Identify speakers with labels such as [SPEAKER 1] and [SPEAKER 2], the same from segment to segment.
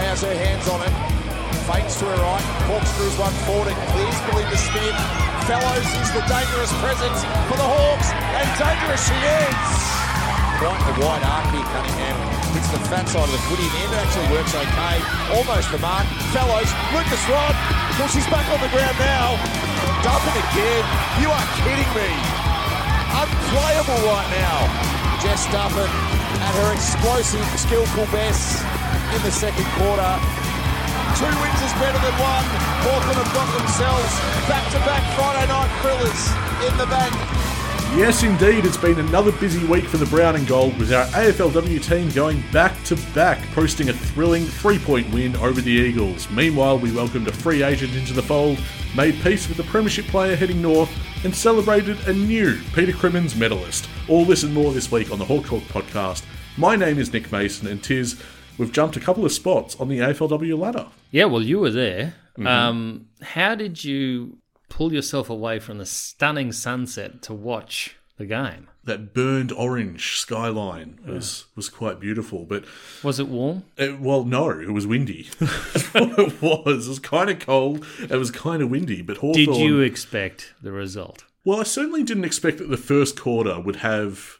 [SPEAKER 1] gets her hands on it. Fakes to her right, corkscrews one forward and clears Billy to spin. Fellows is the dangerous presence for the Hawks, and dangerous she is. Quite the wide arc here, Cunningham. Hits the fat side of the footy. The end actually works okay. Almost the mark. Fellows, Lucas Rod. Well, she's back on the ground now. Dumping again. You are kidding me. Unplayable right now. Jess Duffin at her explosive, skillful best in the second quarter. Two wins is better than one. Hawthorn have got themselves back-to-back Friday night thrillers in the bank.
[SPEAKER 2] Yes, indeed, it's been another busy week for the Brown and Gold with our AFLW team going back to back, posting a thrilling three point win over the Eagles. Meanwhile, we welcomed a free agent into the fold, made peace with the Premiership player heading north, and celebrated a new Peter Crimmins medalist. All this and more this week on the Hawk Talk podcast. My name is Nick Mason, and tis we've jumped a couple of spots on the AFLW ladder.
[SPEAKER 3] Yeah, well, you were there. Um, how did you pull yourself away from the stunning sunset to watch the game?
[SPEAKER 2] That burned orange skyline was, was quite beautiful, but
[SPEAKER 3] Was it warm?
[SPEAKER 2] It, Uh, well, no, it was windy. That's what it was. It was kind of cold. It was kind of windy. But Hawthorn.
[SPEAKER 3] Did you uh, expect the result?
[SPEAKER 2] Well, I certainly didn't expect that the first quarter would have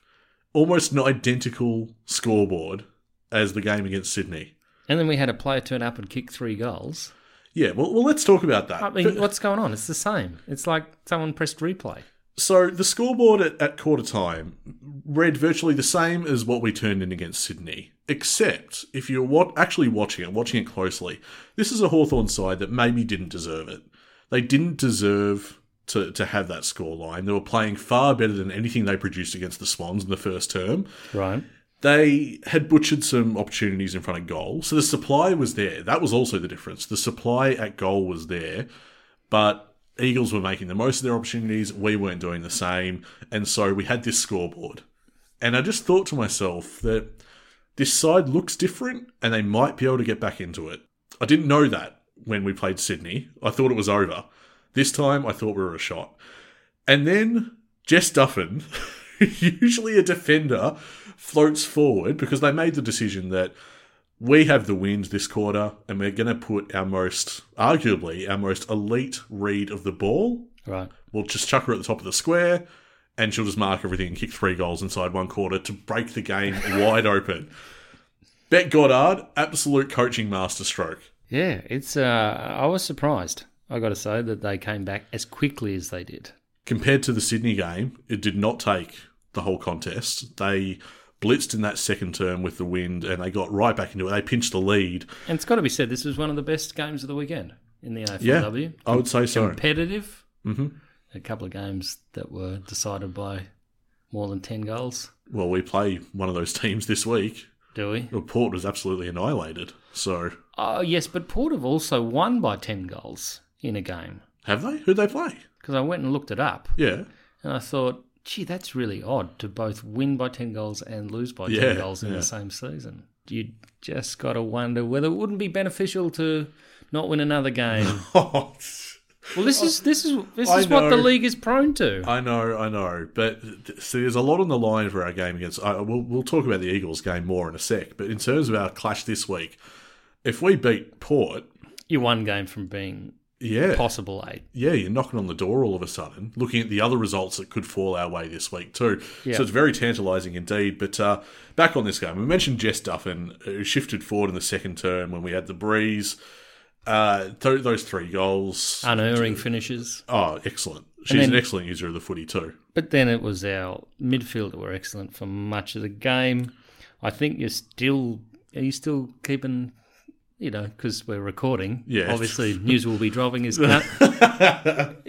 [SPEAKER 2] almost an identical scoreboard as the game against Sydney.
[SPEAKER 3] And then we had a player turn up and kick three goals.
[SPEAKER 2] Yeah, well, well let's talk about that.
[SPEAKER 3] I mean, what's going on? It's the same. It's like someone pressed replay.
[SPEAKER 2] So the scoreboard at, at quarter time read virtually the same as what we turned in against Sydney, except if you're wa- actually watching it, watching it closely, this is a Hawthorn side that maybe didn't deserve it. They didn't deserve to, to have that scoreline. They were playing far better than anything they produced against the Swans in the first term.
[SPEAKER 3] Right.
[SPEAKER 2] They had butchered some opportunities in front of goal, so the supply was there. That was also the difference. The supply at goal was there, but Eagles were making the most of their opportunities. We weren't doing the same. And so we had this scoreboard. And I just thought to myself that this side looks different and they might be able to get back into it. I didn't know that when we played Sydney. I thought it was over. This time I thought we were a shot. And then Jess Duffin, usually a defender, floats forward because they made the decision that we have the wind this quarter and we're going to put our most, arguably, our most elite read of the ball.
[SPEAKER 3] Right.
[SPEAKER 2] We'll just chuck her at the top of the square and she'll just mark everything and kick three goals inside one quarter to break the game wide open. Bet Goddard, absolute coaching masterstroke.
[SPEAKER 3] Yeah, it's. Uh, I was surprised. I got to say that they came back as quickly as they did.
[SPEAKER 2] compared to the Sydney game, it did not take the whole contest. They blitzed in that second term with the wind and they got right back into it. They pinched the lead.
[SPEAKER 3] And it's got to be said, this was one of the best games of the weekend in the AFLW.
[SPEAKER 2] I would say so.
[SPEAKER 3] Competitive. Mm-hmm. A couple of games that were decided by more than ten goals.
[SPEAKER 2] Well, we play one of those teams this week.
[SPEAKER 3] Do we?
[SPEAKER 2] Well, Port was absolutely annihilated. So,
[SPEAKER 3] Oh yes, but Port have also won by ten goals in a game.
[SPEAKER 2] have they? Who'd they play?
[SPEAKER 3] Because I went and looked it up,
[SPEAKER 2] Yeah.
[SPEAKER 3] and I thought, gee, that's really odd to both win by ten goals and lose by
[SPEAKER 2] Yeah,
[SPEAKER 3] ten goals in
[SPEAKER 2] yeah.
[SPEAKER 3] the same season. You just got to wonder whether it wouldn't be beneficial to not win another game. Well, this is this is this
[SPEAKER 2] I
[SPEAKER 3] is what the
[SPEAKER 2] know.
[SPEAKER 3] league is prone to.
[SPEAKER 2] I know, I know, but th- see, there's a lot on the line for our game against. I, we'll, we'll talk about the Eagles game more in a sec, but in terms of our clash this week, if we beat Port,
[SPEAKER 3] You're one game from being
[SPEAKER 2] yeah,
[SPEAKER 3] possible eight.
[SPEAKER 2] yeah, you're knocking on the door all of a sudden, looking at the other results that could fall our way this week, too.
[SPEAKER 3] Yeah.
[SPEAKER 2] So it's very tantalising indeed. But uh, back on this game, we mentioned Jess Duffin, uh, who shifted forward in the second term when we had the breeze. Uh, th- those three goals.
[SPEAKER 3] Unerring finishes.
[SPEAKER 2] oh, excellent. She's
[SPEAKER 3] Um, then-
[SPEAKER 2] an excellent user of the footy, too.
[SPEAKER 3] But then it was our midfield that were excellent for much of the game. I think you're still are you still keeping you know because we're recording.
[SPEAKER 2] Yeah.
[SPEAKER 3] Obviously, news will be dropping. Is Cun-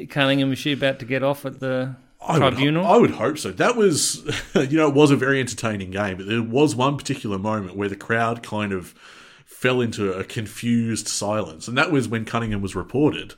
[SPEAKER 3] Cunningham is she about to get off at the
[SPEAKER 2] I would,
[SPEAKER 3] tribunal?
[SPEAKER 2] I would hope so. That was, you know, it was a very entertaining game, but there was one particular moment where the crowd kind of fell into a confused silence, and that was when Cunningham was reported,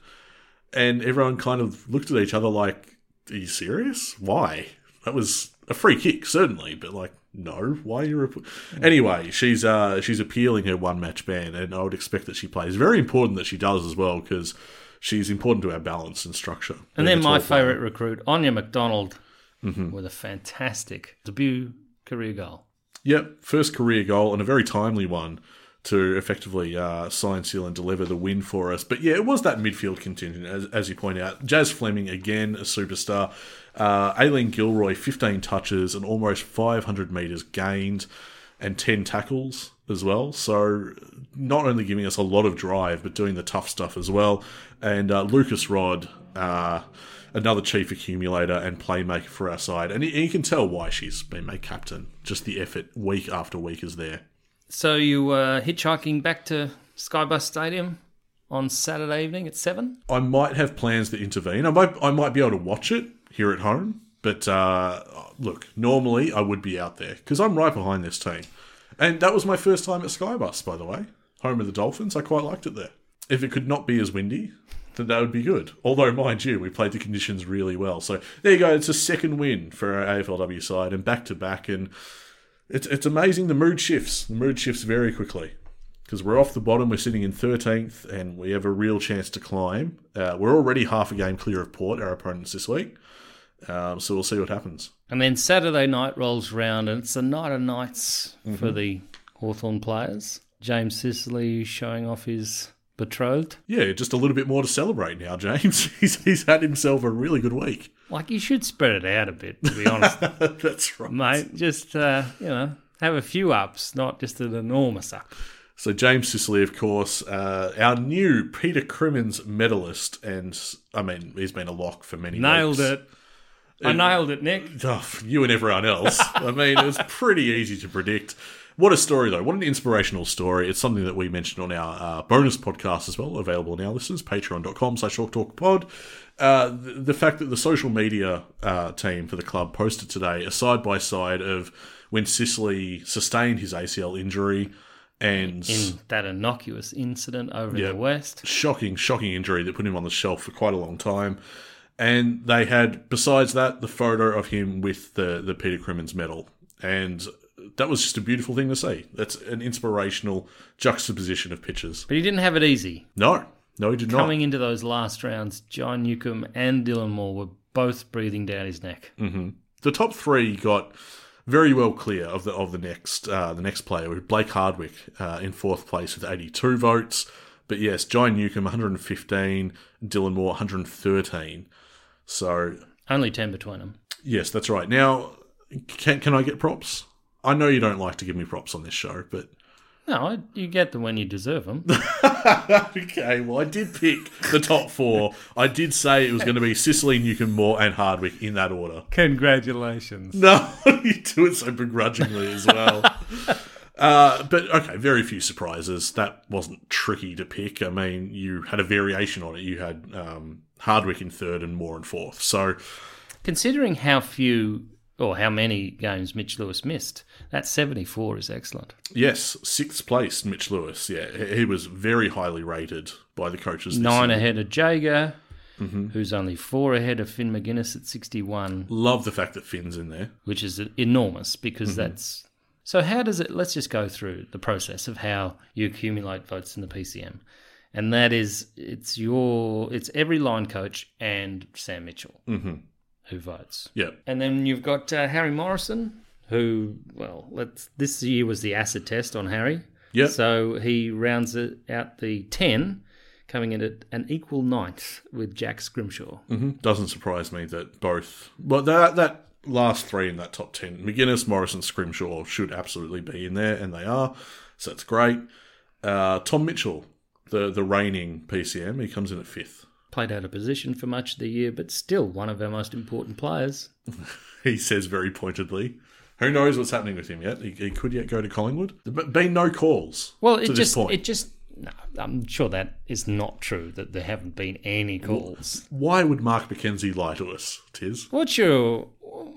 [SPEAKER 2] and everyone kind of looked at each other like, "Are you serious? Why?" That was a free kick, certainly, but like, no, why are you? Rep-? Anyway, she's uh, she's appealing her one match ban, and I would expect that she plays. Very important that she does as well because she's important to our balance and structure.
[SPEAKER 3] and then
[SPEAKER 2] It's
[SPEAKER 3] my
[SPEAKER 2] all-
[SPEAKER 3] favourite recruit, Anya McDonald,
[SPEAKER 2] Mm-hmm.
[SPEAKER 3] with a fantastic debut career goal.
[SPEAKER 2] Yep, first career goal and a very timely one to effectively uh, sign, seal, and deliver the win for us. But yeah, it was that midfield contingent, as, as you point out. Jazz Fleming, again, a superstar. Uh, Aileen Gilroy, 15 touches and almost 500 metres gained and 10 tackles as well. So not only giving us a lot of drive, but doing the tough stuff as well. And uh, Lucas Rod, uh, another chief accumulator and playmaker for our side. And you, you can tell why she's been made captain. Just the effort week after week is there.
[SPEAKER 3] So you were hitchhiking back to Skybus Stadium on Saturday evening at seven.
[SPEAKER 2] I might have plans that intervene. I might I might be able to watch it here at home. But uh, look, normally I would be out there because I'm right behind this team. And that was my first time at Skybus, by the way, home of the Dolphins. I quite liked it there. If it could not be as windy, then that would be good. Although, mind you, we played the conditions really well. So there you go. It's a second win for our AFLW side and back to back. And it's it's amazing the mood shifts. The mood shifts very quickly because we're off the bottom. We're sitting in thirteenth, and we have a real chance to climb. Uh, we're already half a game clear of Port, our opponents this week. Um, so we'll see what happens.
[SPEAKER 3] And then Saturday night rolls round, and it's a night of nights for
[SPEAKER 2] Mm-hmm.
[SPEAKER 3] the Hawthorn players. James Sicily showing off his betrothed.
[SPEAKER 2] Yeah, just a little bit more to celebrate now, James. he's he's had himself a really good week.
[SPEAKER 3] Like, you should spread it out a bit, to be honest,
[SPEAKER 2] That's right,
[SPEAKER 3] mate. Just, uh, you know, have a few ups, not just an enormous up.
[SPEAKER 2] So James Sicily, of course, uh, our new Peter Crimmins medalist, and I mean he's been a lock for many.
[SPEAKER 3] Nailed
[SPEAKER 2] weeks.
[SPEAKER 3] it. I nailed it, Nick.
[SPEAKER 2] Oh, you and everyone else. I mean, it was pretty easy to predict. What a story, though. What an inspirational story. It's something that we mentioned on our uh, bonus podcast as well, available on our listeners, patreon.com slash Hawk Talk Pod. Uh, the, the fact that the social media uh, team for the club posted today a side-by-side of when Sicily sustained his ACL injury and...
[SPEAKER 3] In that innocuous incident over
[SPEAKER 2] Mm. Yeah.
[SPEAKER 3] in the West.
[SPEAKER 2] shocking, shocking injury that put him on the shelf for quite a long time. And they had, besides that, the photo of him with the, the Peter Crimmins medal. And that was just a beautiful thing to see. That's an inspirational juxtaposition of pictures.
[SPEAKER 3] But he didn't have it easy.
[SPEAKER 2] No, no, he did not.
[SPEAKER 3] Coming into those last rounds, John Newcomb and Dylan Moore were both breathing down his neck.
[SPEAKER 2] Mm. the top three got very well clear of the of the next uh, the next player with Blake Hardwick uh, in fourth place with 82 votes. But yes, John Newcomb 115, Dylan Moore 113. So
[SPEAKER 3] Only 10 between them.
[SPEAKER 2] yes, that's right. Now can can I get props? I know you don't like to give me props on this show, but
[SPEAKER 3] No, I, you get them when you deserve them.
[SPEAKER 2] okay. Well, I did pick the top four. I did say it was going to be Sicily, Newcomb, Moore, and Hardwick in that order.
[SPEAKER 3] Congratulations.
[SPEAKER 2] No, you do it so begrudgingly as well. Uh, but okay, very few surprises. That wasn't tricky to pick. I mean, you had a variation on it. You had um, Hardwick in third and Moore in fourth. So
[SPEAKER 3] Considering how few or how many games Mitch Lewis missed, that 74 is excellent.
[SPEAKER 2] yes, sixth place, Mitch Lewis. Yeah, he he was very highly rated by the coaches. this
[SPEAKER 3] Nine
[SPEAKER 2] year.
[SPEAKER 3] ahead of Jager, who's only four ahead of Finn McGuinness at 61,
[SPEAKER 2] Love the fact that Finn's in there.
[SPEAKER 3] which is enormous because that's. So, how does it? Let's just go through the process of how you accumulate votes in the PCM. And that is, it's your, it's every line coach and Sam Mitchell who votes.
[SPEAKER 2] Yeah,
[SPEAKER 3] And then you've got uh, Harry Morrison, who, well, let's, this year was the acid test on Harry.
[SPEAKER 2] Yep.
[SPEAKER 3] So he rounds it out the 10, coming in at an equal ninth with Jack Scrimshaw.
[SPEAKER 2] hmm doesn't surprise me that both. But that that last three in that top ten, McGuinness, Morrison, Scrimshaw should absolutely be in there, and they are. So that's great. Uh, Tom Mitchell, the the reigning PCM, he comes in at fifth.
[SPEAKER 3] Played out of position for much of the year, but still one of our most important players.
[SPEAKER 2] He says very pointedly. Who knows what's happening with him yet? He, he could yet go to Collingwood. There have been no calls.
[SPEAKER 3] Well,
[SPEAKER 2] to
[SPEAKER 3] it
[SPEAKER 2] this
[SPEAKER 3] just,
[SPEAKER 2] point.
[SPEAKER 3] it just, no, I'm sure that is not true that there haven't been any calls.
[SPEAKER 2] Why would Mark McKenzie lie to us, Tiz?
[SPEAKER 3] What's your,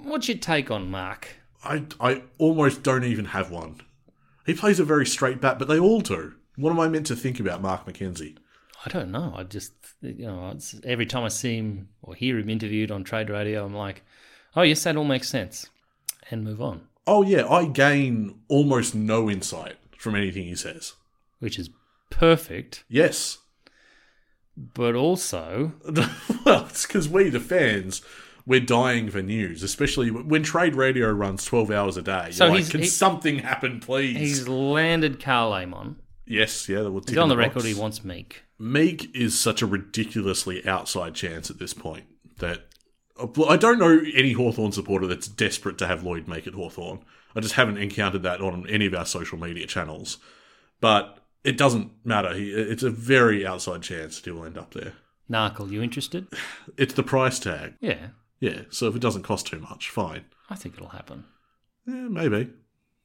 [SPEAKER 3] what's your take on Mark?
[SPEAKER 2] I, I almost don't even have one. He plays a very straight bat, but they all do. What am I meant to think about Mark McKenzie?
[SPEAKER 3] I don't know. I just, you know, it's, every time I see him or hear him interviewed on trade radio, I'm like, oh, yes, that all makes sense. And move on,
[SPEAKER 2] Oh yeah, I gain almost no insight from anything he says.
[SPEAKER 3] which is perfect.
[SPEAKER 2] Yes.
[SPEAKER 3] But also,
[SPEAKER 2] well, it's because we, the fans, we're dying for news, especially when trade radio runs 12 hours a day. You're
[SPEAKER 3] So
[SPEAKER 2] like,
[SPEAKER 3] he's-
[SPEAKER 2] can
[SPEAKER 3] he-
[SPEAKER 2] something happen, please?
[SPEAKER 3] he's landed Carl Amon
[SPEAKER 2] Yes, yeah, that will tick
[SPEAKER 3] He's on
[SPEAKER 2] in
[SPEAKER 3] the
[SPEAKER 2] box.
[SPEAKER 3] record he wants Meek.
[SPEAKER 2] Meek is such a ridiculously outside chance at this point that I don't know any Hawthorn supporter that's desperate to have Lloyd make it Hawthorn. I just haven't encountered that on any of our social media channels. But it doesn't matter. He, it's a very outside chance that he'll end up there.
[SPEAKER 3] Narkle, you interested?
[SPEAKER 2] It's the price tag.
[SPEAKER 3] Yeah,
[SPEAKER 2] Yeah, so if it doesn't cost too much, fine.
[SPEAKER 3] I think it'll happen.
[SPEAKER 2] Yeah, maybe.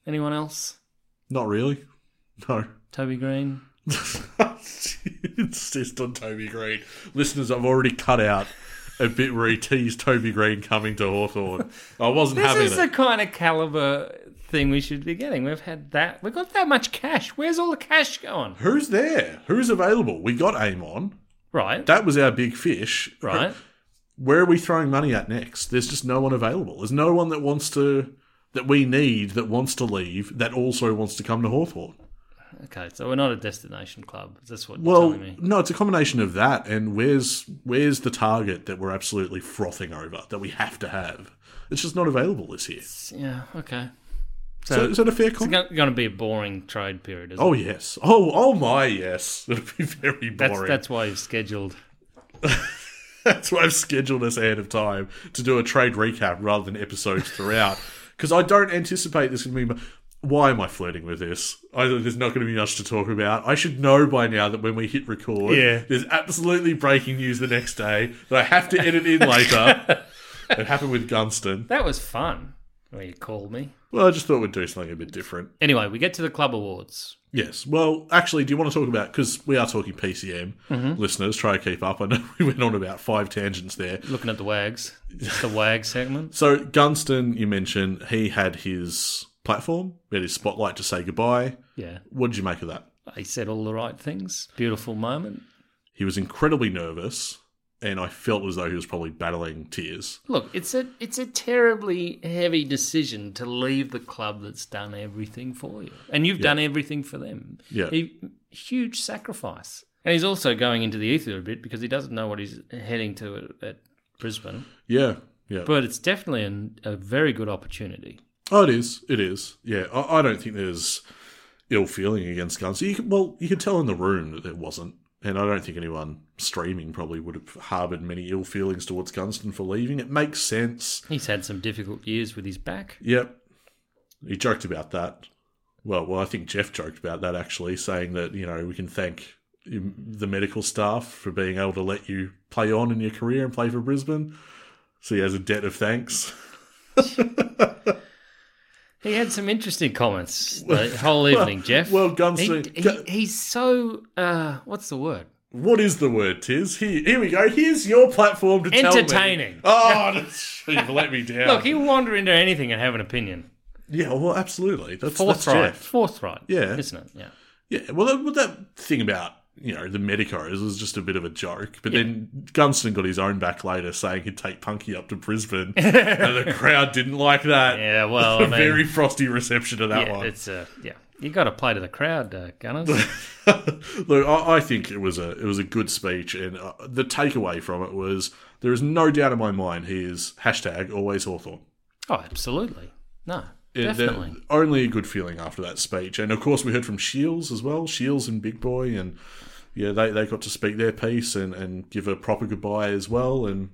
[SPEAKER 3] Anyone else?
[SPEAKER 2] Not really. No.
[SPEAKER 3] Toby Green?
[SPEAKER 2] insist on Toby Green. Listeners, I've already cut out a bit where he teased Toby Green coming to Hawthorn. I wasn't
[SPEAKER 3] This
[SPEAKER 2] having
[SPEAKER 3] is
[SPEAKER 2] it.
[SPEAKER 3] the kind of caliber thing we should be getting. We've had that. We've got that much cash. Where's all the cash going?
[SPEAKER 2] Who's there? Who's available? We got Amon.
[SPEAKER 3] Right.
[SPEAKER 2] That was our big fish.
[SPEAKER 3] right.
[SPEAKER 2] Where are we throwing money at next? There's just no one available. There's no one that wants to that we need that wants to leave that also wants to come to Hawthorn.
[SPEAKER 3] Okay. So we're not a destination club. That's what
[SPEAKER 2] Well,
[SPEAKER 3] you're telling me.
[SPEAKER 2] no, it's a combination of that and where's where's the target that we're absolutely frothing over that we have to have. It's just not available this year.
[SPEAKER 3] It's- Yeah. Okay.
[SPEAKER 2] So
[SPEAKER 3] So,
[SPEAKER 2] is that a fair
[SPEAKER 3] it's
[SPEAKER 2] comment?
[SPEAKER 3] going to be a boring trade period. Isn't it?
[SPEAKER 2] Oh yes. Oh oh my yes. It'll be very boring.
[SPEAKER 3] That's
[SPEAKER 2] That's,
[SPEAKER 3] that's why you've scheduled.
[SPEAKER 2] why I've scheduled us ahead of time to do a trade recap rather than episodes throughout. Because I don't anticipate this going to be. Why am I flirting with this? I, there's not going to be much to talk about. I should know by now that when we hit record,
[SPEAKER 3] Yeah.
[SPEAKER 2] there's absolutely breaking news the next day that I have to edit in later. it happened with Gunston.
[SPEAKER 3] That was fun. When you called me.
[SPEAKER 2] Well, I just thought we'd do something a bit different.
[SPEAKER 3] Anyway, we get to the club awards.
[SPEAKER 2] Yes. Well, actually, do you want to talk about because we are talking PCM listeners? Try to keep up. I know we went on about five tangents there.
[SPEAKER 3] Looking at the wags. It's the wag segment.
[SPEAKER 2] So Gunston, you mentioned he had his platform, he had his spotlight to say goodbye.
[SPEAKER 3] Yeah.
[SPEAKER 2] What did you make of that?
[SPEAKER 3] He said all the right things. Beautiful moment.
[SPEAKER 2] He was incredibly nervous, and I felt as though he was probably battling tears.
[SPEAKER 3] Look, it's a it's a terribly heavy decision to leave the club that's done everything for you, and you've done everything for them.
[SPEAKER 2] Yeah.
[SPEAKER 3] He- huge sacrifice, and he's also going into the ether a bit because he doesn't know what he's heading to at, at Brisbane.
[SPEAKER 2] Yeah, yeah.
[SPEAKER 3] But it's definitely an, a very good opportunity.
[SPEAKER 2] Oh, it is. It is. Yeah, I, I don't think there's ill feeling against Gunston. You could, well, you could tell in the room that there wasn't, and I don't think anyone streaming probably would have harboured many ill feelings towards Gunston for leaving. It makes sense.
[SPEAKER 3] He's had some difficult years with his back.
[SPEAKER 2] Yep, he joked about that. Well, well, I think Jeff joked about that actually, saying that you know we can thank the medical staff for being able to let you play on in your career and play for Brisbane. So he has a debt of thanks.
[SPEAKER 3] He had some interesting comments the whole evening, Jeff.
[SPEAKER 2] well,
[SPEAKER 3] He-
[SPEAKER 2] Gunston-
[SPEAKER 3] he, he's so uh, what's the word?
[SPEAKER 2] What is the word, Tiz? Here, here we go. Here's your platform to tell me.
[SPEAKER 3] Entertaining.
[SPEAKER 2] Oh, that's- you've let me down.
[SPEAKER 3] Look, he'll wander into anything and have an opinion.
[SPEAKER 2] yeah, well, absolutely. That's, that's
[SPEAKER 3] Forthright.
[SPEAKER 2] Jeff.
[SPEAKER 3] Forthright.
[SPEAKER 2] Yeah.
[SPEAKER 3] Isn't it? Yeah.
[SPEAKER 2] Yeah, well, that, well, that thing about you know the medicos was just a bit of a joke. But then Gunston got his own back later, saying he'd take Punky up to Brisbane, and the crowd didn't like that.
[SPEAKER 3] Yeah, well, I
[SPEAKER 2] a
[SPEAKER 3] mean,
[SPEAKER 2] very frosty reception to that
[SPEAKER 3] yeah,
[SPEAKER 2] one.
[SPEAKER 3] it's uh, yeah. You got to play to the crowd, uh, Gunners.
[SPEAKER 2] Look, I, I think it was a it was a good speech, and uh, the takeaway from it was there is no doubt in my mind he is hashtag always Hawthorn.
[SPEAKER 3] oh, absolutely. No,
[SPEAKER 2] Yeah, the-
[SPEAKER 3] definitely.
[SPEAKER 2] Only a good feeling after that speech. And of course, we heard from Shields as well, Shields and Big Boy. And yeah, they, they got to speak their piece and, and give a proper goodbye as well. And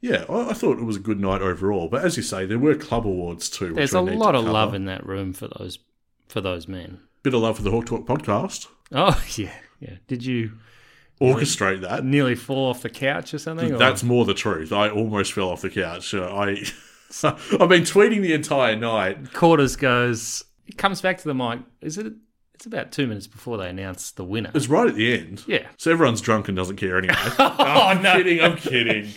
[SPEAKER 2] yeah, I, I thought it was a good night overall. But as you say, there were club awards too. which
[SPEAKER 3] There's
[SPEAKER 2] we
[SPEAKER 3] a
[SPEAKER 2] need to
[SPEAKER 3] lot of
[SPEAKER 2] cover.
[SPEAKER 3] love in that room for those for those men.
[SPEAKER 2] Bit of love for the Hawk Talk podcast.
[SPEAKER 3] Oh yeah, yeah. Did you
[SPEAKER 2] Orchestrate that.
[SPEAKER 3] nearly fall off the couch or something? or-
[SPEAKER 2] That's more the truth. I almost fell off the couch. Uh, I, I've been tweeting the entire night.
[SPEAKER 3] quarters goes. It comes back to the mic. Is it? It's about two minutes before they announce the winner.
[SPEAKER 2] It's right at the end.
[SPEAKER 3] Yeah.
[SPEAKER 2] So everyone's drunk and doesn't care anyway.
[SPEAKER 3] Oh no.
[SPEAKER 2] kidding. I'm kidding.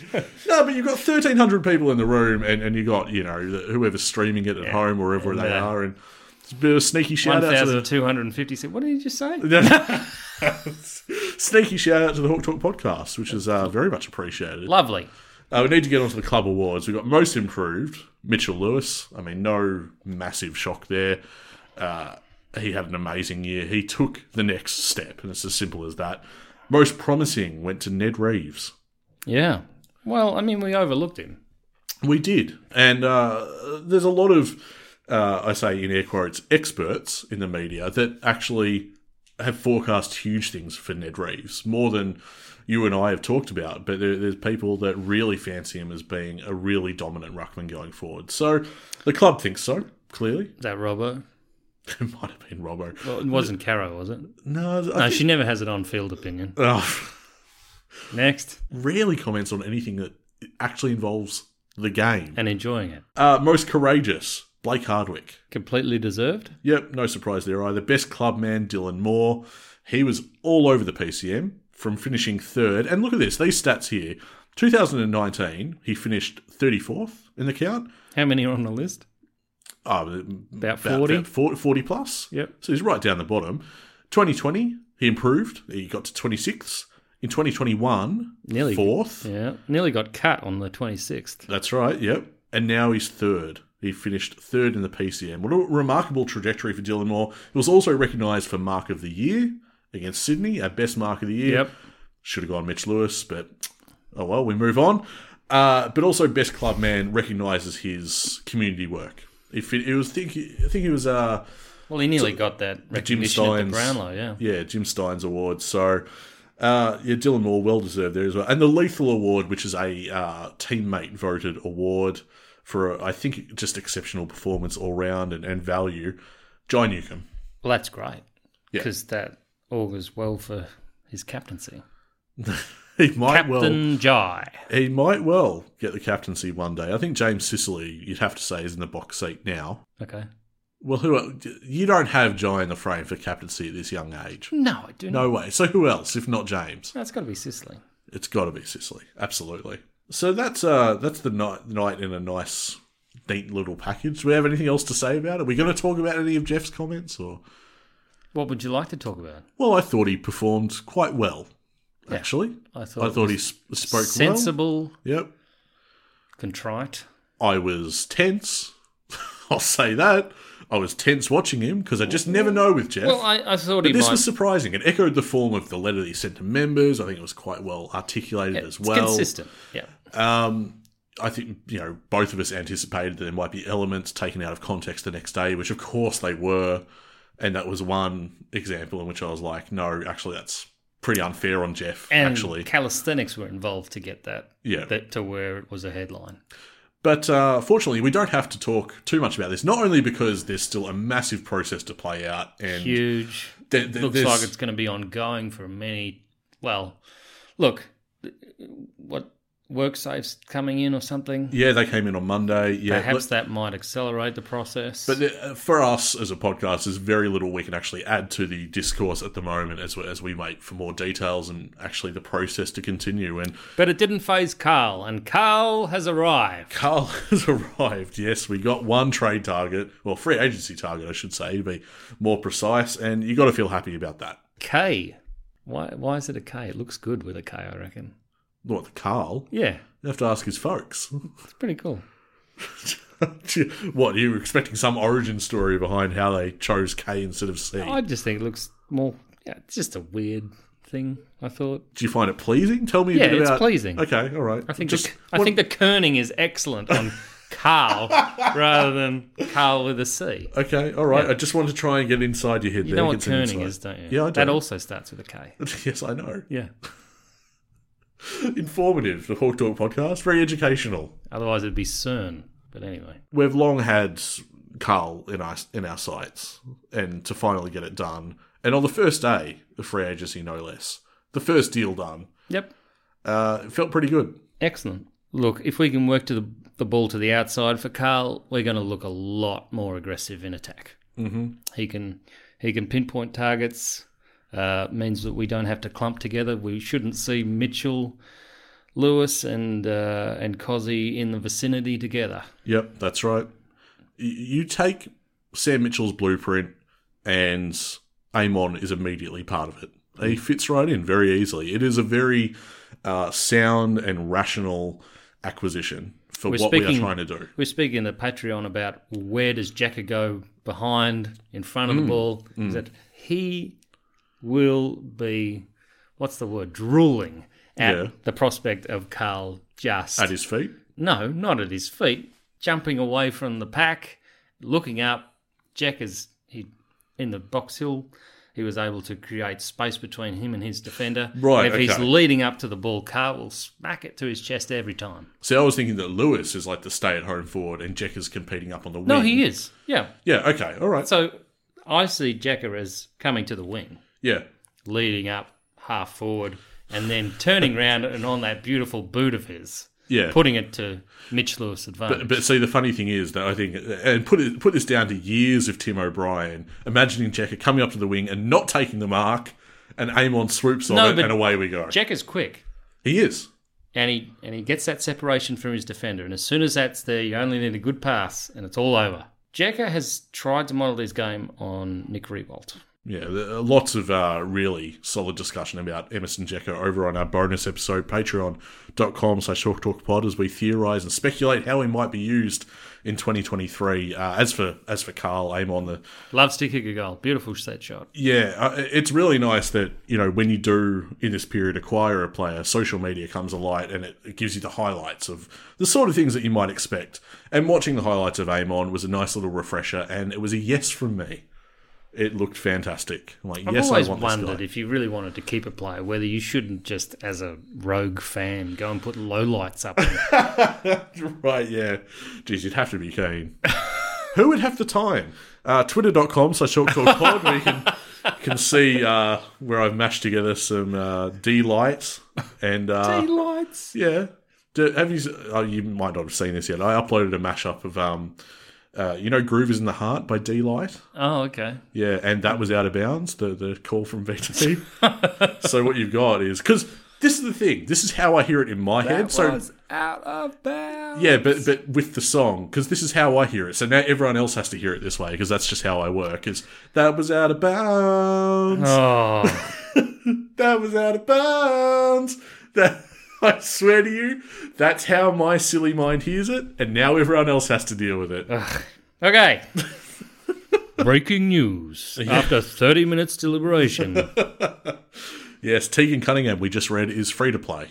[SPEAKER 2] no, but you've got 1,300 people in the room, and, and you got you know the, whoever's streaming it at home or wherever they
[SPEAKER 3] Yeah.
[SPEAKER 2] are, and it's a bit of a sneaky
[SPEAKER 3] One
[SPEAKER 2] shout out to
[SPEAKER 3] thousand
[SPEAKER 2] the
[SPEAKER 3] two hundred and fifty. What did you just say?
[SPEAKER 2] sneaky shout out to the Hawk Talk podcast, which is uh, very much appreciated.
[SPEAKER 3] Lovely.
[SPEAKER 2] Uh, we need to get onto the club awards. We've got most improved Mitchell Lewis. I mean, no massive shock there. Uh, he had an amazing year. He took the next step, and it's as simple as that. Most promising went to Ned Reeves.
[SPEAKER 3] Yeah. Well, I mean, we overlooked him.
[SPEAKER 2] We did, and uh, there's a lot of, uh, I say in air quotes, experts in the media that actually have forecast huge things for Ned Reeves, more than you and I have talked about. But there, there's people that really fancy him as being a really dominant ruckman going forward. So the club thinks so. Clearly,
[SPEAKER 3] Is that Robbo?
[SPEAKER 2] it might have been Robbo.
[SPEAKER 3] Well, it wasn't Caro, was it?
[SPEAKER 2] No, I
[SPEAKER 3] No,
[SPEAKER 2] think-
[SPEAKER 3] she never has an on-field opinion.
[SPEAKER 2] Oh,
[SPEAKER 3] Next,
[SPEAKER 2] rarely comments on anything that actually involves the game.
[SPEAKER 3] and enjoying it.
[SPEAKER 2] Uh, most courageous, Blake Hardwick.
[SPEAKER 3] Completely deserved.
[SPEAKER 2] Yep, no surprise there either. Best club man, Dylan Moore. He was all over the PCM from finishing third. And look at this, these stats here. 2019, he finished 34th in the count.
[SPEAKER 3] How many are on the list?
[SPEAKER 2] Oh,
[SPEAKER 3] About 40?
[SPEAKER 2] 40, 40 plus.
[SPEAKER 3] Yep.
[SPEAKER 2] So he's right down the bottom. 2020, he improved. He got to 26th. In 2021,
[SPEAKER 3] Nearly.
[SPEAKER 2] fourth.
[SPEAKER 3] Yeah, nearly got cut on the 26th.
[SPEAKER 2] That's right. Yep. And now he's third. He finished third in the PCM. What a remarkable trajectory for Dylan Moore. He was also recognised for Mark of the Year against Sydney, our best Mark of the Year.
[SPEAKER 3] Yep.
[SPEAKER 2] Should have gone Mitch Lewis, but oh well, we move on. Uh, but also, Best Club Man recognises his community work. If it, it was, think, I think it was uh,
[SPEAKER 3] Well, he nearly got that
[SPEAKER 2] Jim
[SPEAKER 3] recognition at the
[SPEAKER 2] Stein's
[SPEAKER 3] Brownlow. Yeah.
[SPEAKER 2] yeah, Jim Stein's award. So uh, yeah, Dylan Moore well deserved there as well. And the Lethal Award, which is a uh, teammate voted award for I think just exceptional performance all round and, and value. John Newcomb.
[SPEAKER 3] Well, that's great
[SPEAKER 2] Yeah.
[SPEAKER 3] because that augurs well for his captaincy.
[SPEAKER 2] He might well
[SPEAKER 3] Captain Jai.
[SPEAKER 2] he might well get the captaincy one day. I think James Sicily, you'd have to say, is in the box seat now.
[SPEAKER 3] Okay.
[SPEAKER 2] Well, who el- you don't have Jai in the frame for captaincy at this young age.
[SPEAKER 3] No, I do not.
[SPEAKER 2] No way. So who else if not James?
[SPEAKER 3] That's got to be Sicily.
[SPEAKER 2] It's got to be Sicily, absolutely. So that's uh that's the night night in a nice, neat little package. Do we have anything else to say about it? Are we going to talk about any of Jeff's comments or?
[SPEAKER 3] What would you like to talk about?
[SPEAKER 2] Well, I thought he performed quite well,
[SPEAKER 3] Yeah.
[SPEAKER 2] actually.
[SPEAKER 3] I thought
[SPEAKER 2] I
[SPEAKER 3] it
[SPEAKER 2] thought he
[SPEAKER 3] was
[SPEAKER 2] sp- spoke
[SPEAKER 3] sensible,
[SPEAKER 2] well. Yep,
[SPEAKER 3] contrite.
[SPEAKER 2] I was tense. I'll say that. I was tense watching him because I just never know with Jeff.
[SPEAKER 3] Well, I, I thought he
[SPEAKER 2] this
[SPEAKER 3] might.
[SPEAKER 2] was surprising. It echoed the form of the letter that he sent to members. I think it was quite well articulated as
[SPEAKER 3] it's
[SPEAKER 2] well.
[SPEAKER 3] consistent. Yeah.
[SPEAKER 2] Um, I think you know both of us anticipated that there might be elements taken out of context the next day, which of course they were, and that was one example in which I was like, no, actually that's pretty unfair on Jeff.
[SPEAKER 3] And
[SPEAKER 2] actually,
[SPEAKER 3] calisthenics were involved to get that,
[SPEAKER 2] yeah.
[SPEAKER 3] that to where it was a headline.
[SPEAKER 2] But uh, fortunately, we don't have to talk too much about this. Not only because there's still a massive process to play out, and
[SPEAKER 3] Huge.
[SPEAKER 2] there- there-
[SPEAKER 3] looks
[SPEAKER 2] there's-
[SPEAKER 3] like it's going to be ongoing for many. Well, look, what work safes coming in or something.
[SPEAKER 2] yeah, they came in on Monday. Yeah,
[SPEAKER 3] Perhaps that might accelerate the process.
[SPEAKER 2] But the- for us as a podcast, there's very little we can actually add to the discourse at the moment as we, as we wait for more details and actually the process to continue. And
[SPEAKER 3] but it didn't phase Carl, and Carl has arrived.
[SPEAKER 2] Carl has arrived. Yes, we got one trade target, well, free agency target, I should say, to be more precise. And you got to feel happy about that.
[SPEAKER 3] K. Why? Why is it a K? It looks good with a K, I reckon.
[SPEAKER 2] Not the Carl.
[SPEAKER 3] Yeah,
[SPEAKER 2] You have to ask his folks.
[SPEAKER 3] it's pretty cool.
[SPEAKER 2] what, you were expecting some origin story behind how they chose K instead of C?
[SPEAKER 3] I just think it looks more. Yeah, it's just a weird thing. I thought.
[SPEAKER 2] Do you find it pleasing? Tell me a
[SPEAKER 3] Yeah,
[SPEAKER 2] bit
[SPEAKER 3] it's
[SPEAKER 2] about
[SPEAKER 3] pleasing.
[SPEAKER 2] Okay, all right.
[SPEAKER 3] I think the, I think the kerning is excellent on Carl rather than Carl with a C.
[SPEAKER 2] Okay, all right. I just want to try and get inside your head
[SPEAKER 3] You
[SPEAKER 2] there.
[SPEAKER 3] know
[SPEAKER 2] get
[SPEAKER 3] what
[SPEAKER 2] some
[SPEAKER 3] kerning
[SPEAKER 2] insight.
[SPEAKER 3] is, don't you?
[SPEAKER 2] Yeah, I do.
[SPEAKER 3] That also starts with a K.
[SPEAKER 2] yes, I know.
[SPEAKER 3] Yeah.
[SPEAKER 2] Informative, the Hawk Talk podcast, very educational.
[SPEAKER 3] Otherwise, it'd be CERN. But anyway,
[SPEAKER 2] We've long had Carl in our in our sights, and to finally get it done, and on the first day of free agency, no less, the first deal done,
[SPEAKER 3] yep,
[SPEAKER 2] uh, it felt pretty good.
[SPEAKER 3] excellent. Look, if we can work to the the ball to the outside for Carl, we're going to look a lot more aggressive in attack. Mm-hmm. He can he can pinpoint targets. Uh, means that we don't have to clump together. We shouldn't see Mitchell, Lewis, and uh, and Cozzy in the vicinity together.
[SPEAKER 2] Yep, that's right. Y- You take Sam Mitchell's blueprint, and Amon is immediately part of it.
[SPEAKER 3] Mm.
[SPEAKER 2] He fits right in very easily. It is a very uh, sound and rational acquisition for
[SPEAKER 3] We're
[SPEAKER 2] what we are
[SPEAKER 3] speaking-
[SPEAKER 2] trying to do.
[SPEAKER 3] We're speaking to Patreon about where does Jacker go behind, in front of
[SPEAKER 2] Mm.
[SPEAKER 3] the ball. Is that he will be, what's the word, drooling at
[SPEAKER 2] Yeah.
[SPEAKER 3] the prospect of Carl just
[SPEAKER 2] At his feet,
[SPEAKER 3] no, not at his feet, jumping away from the pack, looking up. Jack is he in the Box Hill. He he was able to create space between him and his defender.
[SPEAKER 2] Right,
[SPEAKER 3] If he's
[SPEAKER 2] okay.
[SPEAKER 3] leading up to the ball, Carr will smack it to his chest every time.
[SPEAKER 2] See, I was thinking that Lewis is like the stay-at-home forward, and Jack is competing up on the wing.
[SPEAKER 3] No, he is. Yeah.
[SPEAKER 2] Yeah. Okay. All right.
[SPEAKER 3] So I see Jacker as coming to the wing,
[SPEAKER 2] yeah.
[SPEAKER 3] leading up half forward, and then turning round and on that beautiful boot of his,
[SPEAKER 2] Yeah.
[SPEAKER 3] putting it to Mitch Lewis' advantage.
[SPEAKER 2] But see, the funny thing is that I think, and put it, put this down to years of Tim O'Brien imagining Jacker coming up to the wing and not taking the mark, and Amon swoops on
[SPEAKER 3] No,
[SPEAKER 2] it,
[SPEAKER 3] but
[SPEAKER 2] and away we go.
[SPEAKER 3] Jacker's quick.
[SPEAKER 2] he is.
[SPEAKER 3] And he and he gets that separation from his defender. And as soon as that's there, you only need a good pass, and it's all over. Jacker has tried to model his game on Nick Rewalt.
[SPEAKER 2] Yeah, th- lots of uh, really solid discussion about Emerson Jekko over on our bonus episode, patreon.com slash talk talk pod, as we theorise and speculate how he might be used in 2023. Uh, as for as for Carl Amon, the
[SPEAKER 3] Loves to kick a goal. Beautiful set shot.
[SPEAKER 2] yeah, uh, it's really nice that you know when you do in this period acquire a player, social media comes alight and it, it gives you the highlights of the sort of things that you might expect. And watching the highlights of Amon was a nice little refresher, and it was a yes from me. It looked fantastic. I'm like,
[SPEAKER 3] I've
[SPEAKER 2] yes,
[SPEAKER 3] always
[SPEAKER 2] I want this
[SPEAKER 3] wondered
[SPEAKER 2] guy.
[SPEAKER 3] if you really wanted to keep a player, whether you shouldn't just, as a rogue fan, go and put low lights up. on it.
[SPEAKER 2] Right, yeah. Geez, you'd have to be keen. Who would have the time? Uh, Twitter.com slash Talk Talk Pod, where you can, can see uh, where I've mashed together some uh, D lights. And uh,
[SPEAKER 3] lights.
[SPEAKER 2] yeah. Do, have you, s- oh, you might not have seen this yet. I uploaded a mashup of, um, uh, you know, Groove is in the Heart by D Light.
[SPEAKER 3] Oh, okay.
[SPEAKER 2] Yeah, and that was out of bounds, the, the call from VTT. so what you've got is, because this is the thing, this is how I hear it in my head. so
[SPEAKER 3] out of bounds.
[SPEAKER 2] yeah, but but with the song because this is how I hear it. So now everyone else has to hear it this way because that's just how I work. Is that was out of bounds?
[SPEAKER 3] Oh,
[SPEAKER 2] That was out of bounds. That I swear to you, that's how my silly mind hears it, and now everyone else has to deal with it.
[SPEAKER 3] okay. Breaking news. After 30 minutes deliberation,
[SPEAKER 2] yes, Tegan Cunningham we just read is free to play.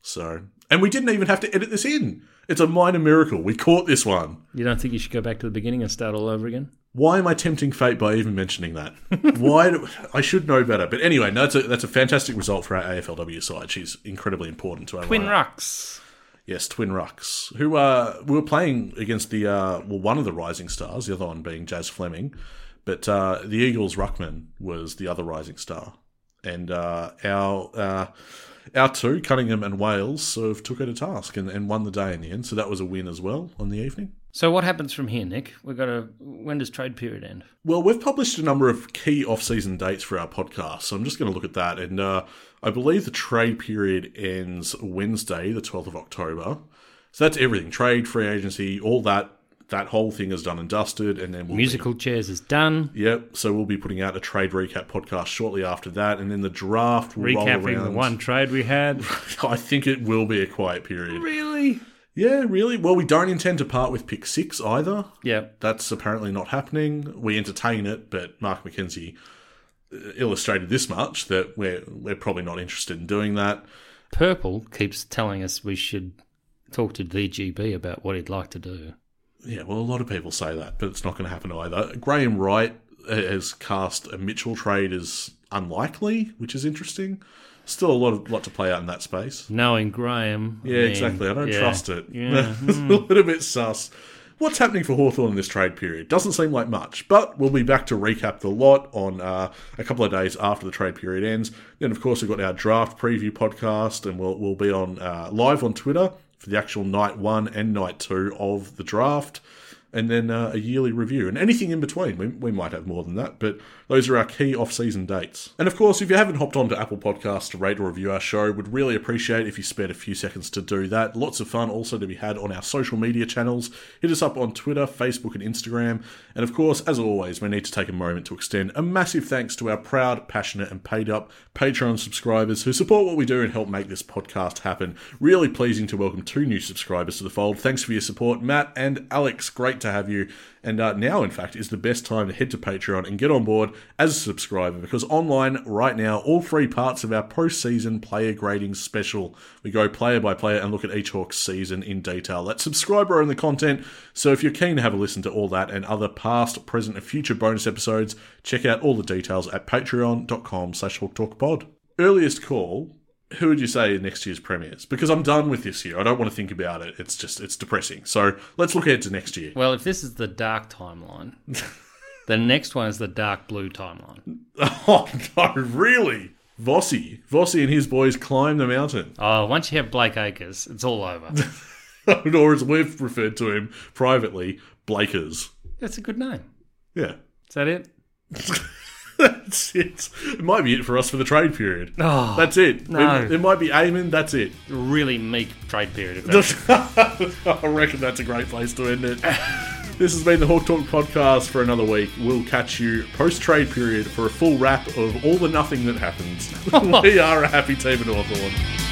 [SPEAKER 2] So and we didn't even have to edit this in. It's a minor miracle. We caught this one.
[SPEAKER 3] you don't think you should go back to the beginning and start all over again?
[SPEAKER 2] Why am I tempting fate by even mentioning that? Why do, I should know better. But anyway, no, that's a, that's a fantastic result for our AFLW side. She's incredibly important to our
[SPEAKER 3] Twin
[SPEAKER 2] lineup.
[SPEAKER 3] Rucks.
[SPEAKER 2] Yes, Twin Rucks, who uh, we were playing against the uh, well, one of the rising stars, the other one being Jazz Fleming, but uh, the Eagles Ruckman was the other rising star, and uh, our uh, our two Cunningham and Wales sort of took her to task and, and won the day in the end. So that was a win as well on the evening.
[SPEAKER 3] So what happens from here, Nick? We've got to. When does trade period end?
[SPEAKER 2] Well, we've published a number of key off-season dates for our podcast, so I'm just going to look at that. And uh, I believe the trade period ends Wednesday, the 12th of October. So that's everything: trade, free agency, all that. That whole thing is done and dusted, and then we'll be-
[SPEAKER 3] Musical chairs is done.
[SPEAKER 2] yep. So we'll be putting out a trade recap podcast shortly after that, and then the draft will roll
[SPEAKER 3] Recapping
[SPEAKER 2] around.
[SPEAKER 3] the one trade we had.
[SPEAKER 2] I think it will be a quiet period.
[SPEAKER 3] really?
[SPEAKER 2] Yeah, really. Well, we don't intend to part with pick six either.
[SPEAKER 3] Yeah.
[SPEAKER 2] That's apparently not happening. We entertain it, but Mark McKenzie uh, illustrated this much that we're we're probably not interested in doing that.
[SPEAKER 3] Purple keeps telling us we should talk to the GB about what he'd like to do.
[SPEAKER 2] Yeah, well, a lot of people say that, but it's not going to happen either. Graham Wright uh, has cast a Mitchell trade as unlikely, which is interesting. Still a lot of, lot to play out in that space.
[SPEAKER 3] Knowing Graham. I
[SPEAKER 2] Yeah,
[SPEAKER 3] mean,
[SPEAKER 2] exactly. I don't
[SPEAKER 3] yeah,
[SPEAKER 2] trust it.
[SPEAKER 3] Yeah. hmm.
[SPEAKER 2] it's a little bit sus. What's happening for Hawthorn in this trade period? Doesn't seem like much, but we'll be back to recap the lot on uh, a couple of days after the trade period ends. Then, of course, we've got our draft preview podcast, and we'll, we'll be on uh, live on Twitter for the actual night one and night two of the draft, and then uh, a yearly review and anything in between. We, we might have more than that, but those are our key off-season dates. And of course, if you haven't hopped onto Apple Podcasts to rate or review our show, would really appreciate if you spared a few seconds to do that. Lots of fun also to be had on our social media channels. Hit us up on Twitter, Facebook, and Instagram. And of course, as always, we need to take a moment to extend a massive thanks to our proud, passionate, and paid up Patreon subscribers who support what we do and help make this podcast happen. Really pleasing to welcome two new subscribers to the fold. Thanks for your support, Matt and Alex. Great to have you. And uh, now, in fact, is the best time to head to Patreon and get on board as a subscriber because online right now, all three parts of our postseason player grading special. We go player by player and look at each Hawks season in detail. That's subscriber only content. So if you're keen to have a listen to all that and other past, present, and future bonus episodes, check out all the details at patreon.com slash Hawk Talk Pod. Earliest call who would you say next year's premiers? Because I'm done with this year. I don't want to think about it. It's just it's depressing. So let's look ahead to next year.
[SPEAKER 3] Well, if this is the dark timeline, the next one is the dark blue timeline.
[SPEAKER 2] Oh no, really? Vossi. Vossi and his boys climb the mountain.
[SPEAKER 3] Oh, once you have Blake Acres, it's all over.
[SPEAKER 2] or as we've referred to him privately, Blakers.
[SPEAKER 3] That's a good name.
[SPEAKER 2] Yeah.
[SPEAKER 3] Is that it?
[SPEAKER 2] That's it. It might be it for us for the trade period.
[SPEAKER 3] Oh,
[SPEAKER 2] That's it.
[SPEAKER 3] No.
[SPEAKER 2] It, it might be Eamon, that's it.
[SPEAKER 3] really meek trade period. Of that.
[SPEAKER 2] I reckon that's a great place to end it. This has been the Hawk Talk podcast for another week. We'll catch you post trade period for a full wrap of all the nothing that happens. we are a happy team at Hawthorn.